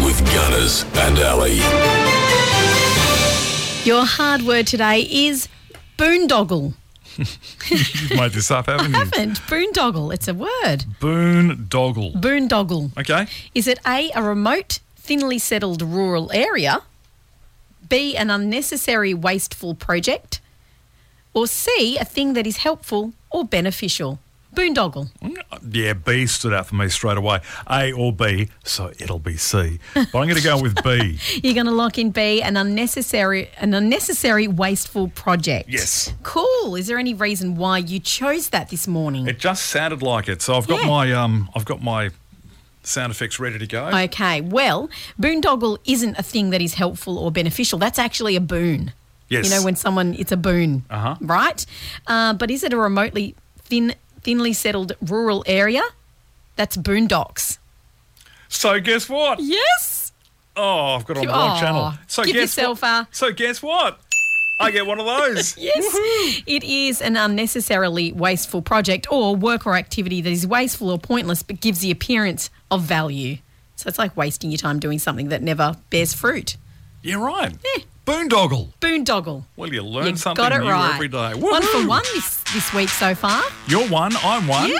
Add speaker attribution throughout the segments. Speaker 1: Manners and Alley.
Speaker 2: Your hard word today is boondoggle.
Speaker 3: You've made this up, haven't you?
Speaker 2: Haven't boondoggle. It's a word.
Speaker 3: Boondoggle.
Speaker 2: Boondoggle.
Speaker 3: Okay.
Speaker 2: Is it A, a remote, thinly settled rural area? B, an unnecessary, wasteful project? Or C, a thing that is helpful or beneficial? Boondoggle.
Speaker 3: Yeah, B stood out for me straight away. A or B, so it'll be C. But I'm going to go with B.
Speaker 2: You're going to lock in B, an unnecessary, an unnecessary, wasteful project.
Speaker 3: Yes.
Speaker 2: Cool. Is there any reason why you chose that this morning?
Speaker 3: It just sounded like it. So I've got
Speaker 2: Yeah.
Speaker 3: my um, I've got my sound effects ready to go.
Speaker 2: Okay, well, boondoggle isn't a thing that is helpful or beneficial. That's actually a boon.
Speaker 3: Yes.
Speaker 2: You know, when someone, it's a boon,
Speaker 3: Uh-huh.
Speaker 2: right? Uh, but is it a remotely thin, thinly settled rural area? That's boondocks.
Speaker 3: so guess what?
Speaker 2: Yes.
Speaker 3: Oh, I've got it on the wrong
Speaker 2: Aw,
Speaker 3: channel. So
Speaker 2: give
Speaker 3: guess
Speaker 2: yourself
Speaker 3: what?
Speaker 2: a-
Speaker 3: So guess what? I get one of those.
Speaker 2: Yes. It is an unnecessarily wasteful project or work or activity that is wasteful or pointless but gives the appearance of value. So it's like wasting your time doing something that never bears fruit.
Speaker 3: You're right. Boondoggle.
Speaker 2: Boondoggle.
Speaker 3: Well, you learn
Speaker 2: You
Speaker 3: something
Speaker 2: got it
Speaker 3: new
Speaker 2: right.
Speaker 3: every day.
Speaker 2: One for
Speaker 3: Woohoo!
Speaker 2: one this, this week so far.
Speaker 3: You're one. I'm one.
Speaker 2: Yeah.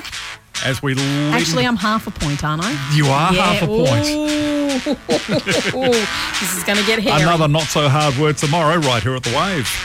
Speaker 3: As we lead-
Speaker 2: Actually, I'm half a point, aren't I?
Speaker 3: you are half a point.
Speaker 2: Ooh. this is going to get hairy.
Speaker 3: Another not so hard word tomorrow, right here at the Wave.